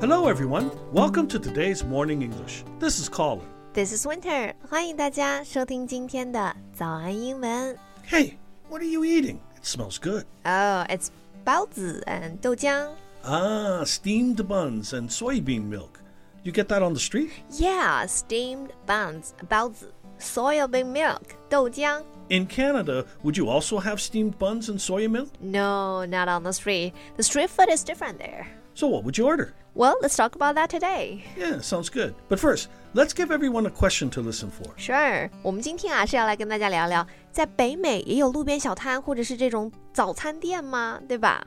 Hello, everyone. Welcome to today's Morning English. This is Colin. This is Winter，欢迎大家收听今天的早安英文。 Hey, what are you eating? It smells good. Oh, it's 包子 and 豆浆。 Ah, steamed buns and soybean milk. You get that on the street? Yeah, steamed buns 包子，soybean milk 豆浆。 In Canada, would you also have steamed buns and soy milk? No, not on the street. The street food is different there. So, what would you order? Well, let's talk about that today. Yeah, sounds good. But first, let's give everyone a question to listen for. Sure，我们今天啊是要来跟大家聊聊，在北美也有路边小摊或者是这种早餐店吗？对吧？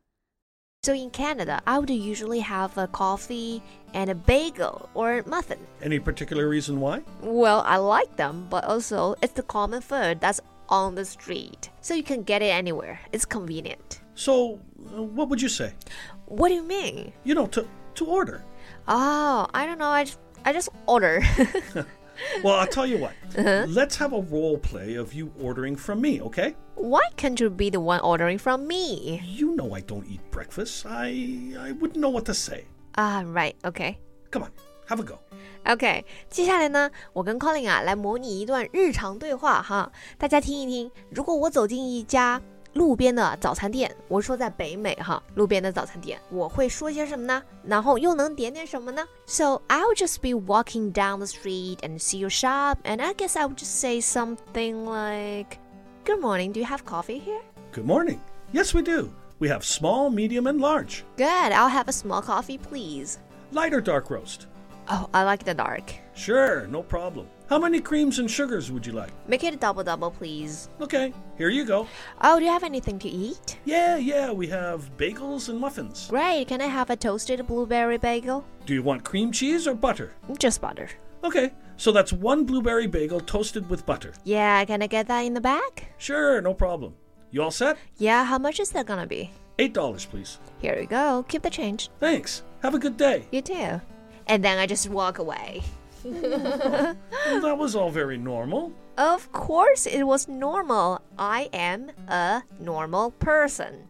So in Canada, I would usually have a coffee and a bagel or muffin. Any particular reason why? Well, I like them, but also it's the common food that's on the street. So you can get it anywhere. It's convenient. So, uh, what would you say? What do you mean? You know, to, to order. Oh, I don't know. I just, I just order. Well, I'll tell you what. Let's have a role play of you ordering from me, okay? Why can't you be the one ordering from me? You know I don't eat breakfast. I I wouldn't know what to say. Ah, right. Okay. Come on, have a go. OK，接下来呢，我跟 Colin 啊来模拟一段日常对话哈，大家听一听。如果我走进一家路边的早餐店，我说在北美哈，路边的早餐店，我会说些什么呢？然后又能点点什么呢？So I'll just be walking down the street and see your shop, and I guess I would just say something like, "Good morning, do you have coffee here?" Good morning. Yes, we do. We have small, medium, and large. Good, I'll have a small coffee, please. Light or dark roast? Oh, I like the dark. Sure, no problem. How many creams and sugars would you like? Make it a double double, please. Okay, here you go. Oh, do you have anything to eat? Yeah, yeah, we have bagels and muffins. Great. Can I have a toasted blueberry bagel? Do you want cream cheese or butter? Just butter. Okay, so that's one blueberry bagel toasted with butter. Yeah, can I get that in the bag? Sure, no problem. You all set? Yeah, how much is that gonna be? $8, please. Here you go. Keep the change. Thanks. Have a good day. You too. And then I just walk away. Well, that was all very normal. Of course, it was normal. I am a normal person.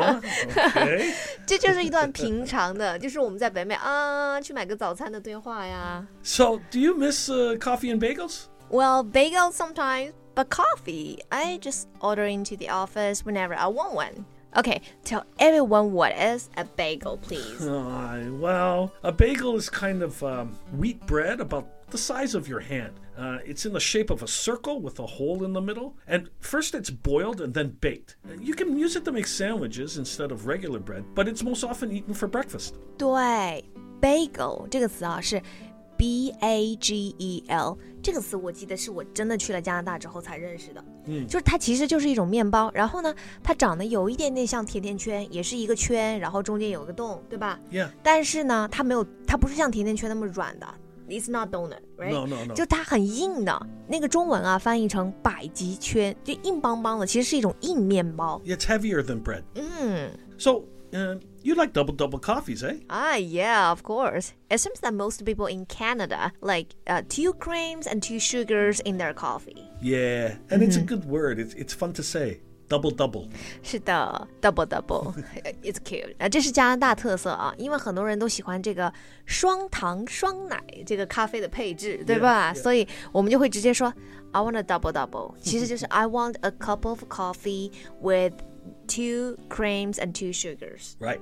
Okay. 这就是一段平常的， 就是我们在北美啊去买个早餐的对话呀。 So, do you miss uh, coffee and bagels? Well, bagels sometimes, but coffee, I just order into the office whenever I want one. Okay, tell everyone what is a bagel, please. Uh, well, a bagel is kind of um, wheat bread about the size of your hand. Uh, it's in the shape of a circle with a hole in the middle, and first it's boiled and then baked. You can use it to make sandwiches instead of regular bread, but it's most often eaten for breakfast. 对，bagel 这个词啊是 b a g e l 这个词，我记得是我真的去了加拿大之后才认识的。嗯，就是它其实就是一种面包，然后呢，它长得有一点点像甜甜圈，也是一个圈，然后中间有个洞，对吧？ Yeah. 但是呢，它没有，它不是像甜甜圈那么软的。It's not donut, right? No, no, no. 就它很硬的，那个中文啊翻译成百极圈，就硬邦邦的，其实是一种硬面包。 It's heavier than bread. 嗯 So, uh, you like double double coffees, eh? Ah, yeah, of course. It seems that most people in Canada like uh, two creams and two sugars in their coffee. Yeah, and it's a good word. It's, it's fun to say. Double double. 是的，double double, it's cute. 啊，这是加拿大特色啊，因为很多人都喜欢这个双糖双奶这个咖啡的配置，对吧 yeah. 所以我们就会直接说 I want a double double，其实就是 I want a cup of coffee with two creams and two sugars. Right.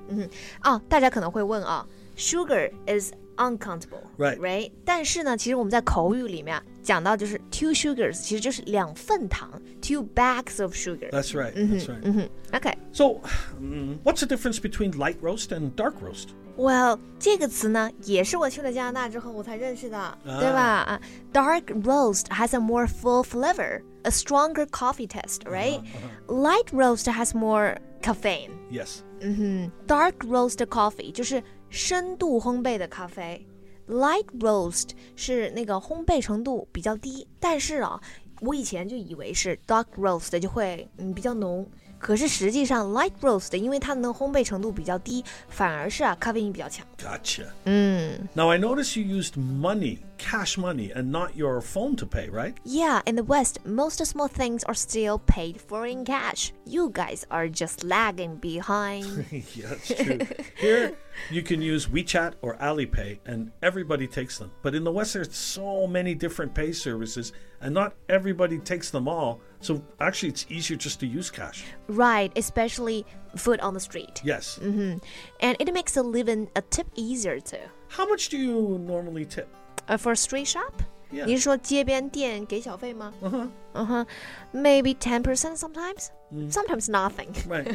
啊，大家可能会问啊，sugar is uncountable，right？ Right. 但是呢，其实我们在口语里面啊讲到就是 two sugars，其实就是两份糖，two bags of sugar。 That's right. That's right. OK， So, mm, what's the difference between light roast and dark roast? Well，这个词呢，也是我去了加拿大之后我才认识的，对吧？啊，dark roast has a more full flavor, a stronger coffee taste, right? Light roast has more caffeine. Yes. Dark roast coffee 就是深度烘焙的咖啡，light roast 是那个烘焙程度比较低，但是啊，我以前就以为是 dark roast 就会嗯比较浓，可是实际上 light roast 因为它的烘焙程度比较低，反而是啊咖啡因比较强。 Gotcha. 嗯 Now, I notice you used money, cash money, and not your phone to pay, right? ，Yeah, in the West, most small things are still paid for in cash. You guys are just lagging behind. yeah, that's true. Here, you can use WeChat or Alipay, and everybody takes them. But in the West, there's so many different pay services, and not everybody takes them all. So actually, it's easier just to use cash. right, especially food on the street. Yes. And it makes a living a tip easier too. How much do you normally tip? Uh, for a street shop? Yeah. 您说街边店给小费吗？嗯哼，嗯哼，maybe ten percent sometimes, sometimes nothing. Right.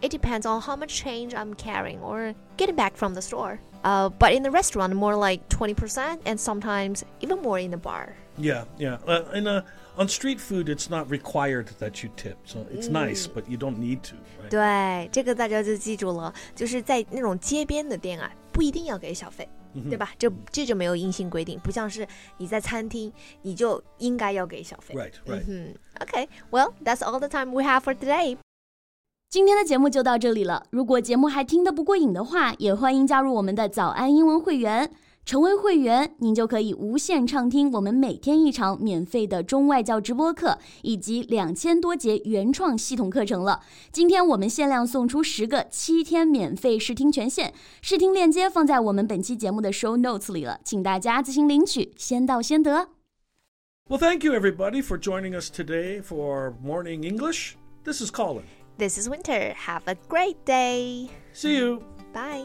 It depends on how much change I'm carrying or getting back from the store. Uh, but in the restaurant, more like twenty percent, and sometimes even more in the bar. yeah, yeah. Uh, and uh, on street food, it's not required that you tip. So it's nice, but you don't need to. Right? 对，这个大家就记住了，就是在那种街边的店啊，不一定要给小费，Mm-hmm. 嗯对吧？这这就没有硬性规定，不像是你在餐厅你就应该要给小费。 Right, right. Okay, well, that's all the time we have for today. 今天的节目就到这里了。如果节目还听得不过瘾的话，也欢迎加入我们的早安英文会员。成为会员，您就可以无限畅听我们每天一场免费的中外教直播课，以及两千多节原创系统课程了。今天我们限量送出十个七天免费试听权限，试听链接放在我们本期节目的 show notes 里了，请大家自行领取，先到先得。 Well, thank you, everybody, for joining us today for Morning English. This is Colin. This is Winter. Have a great day. See you. Bye.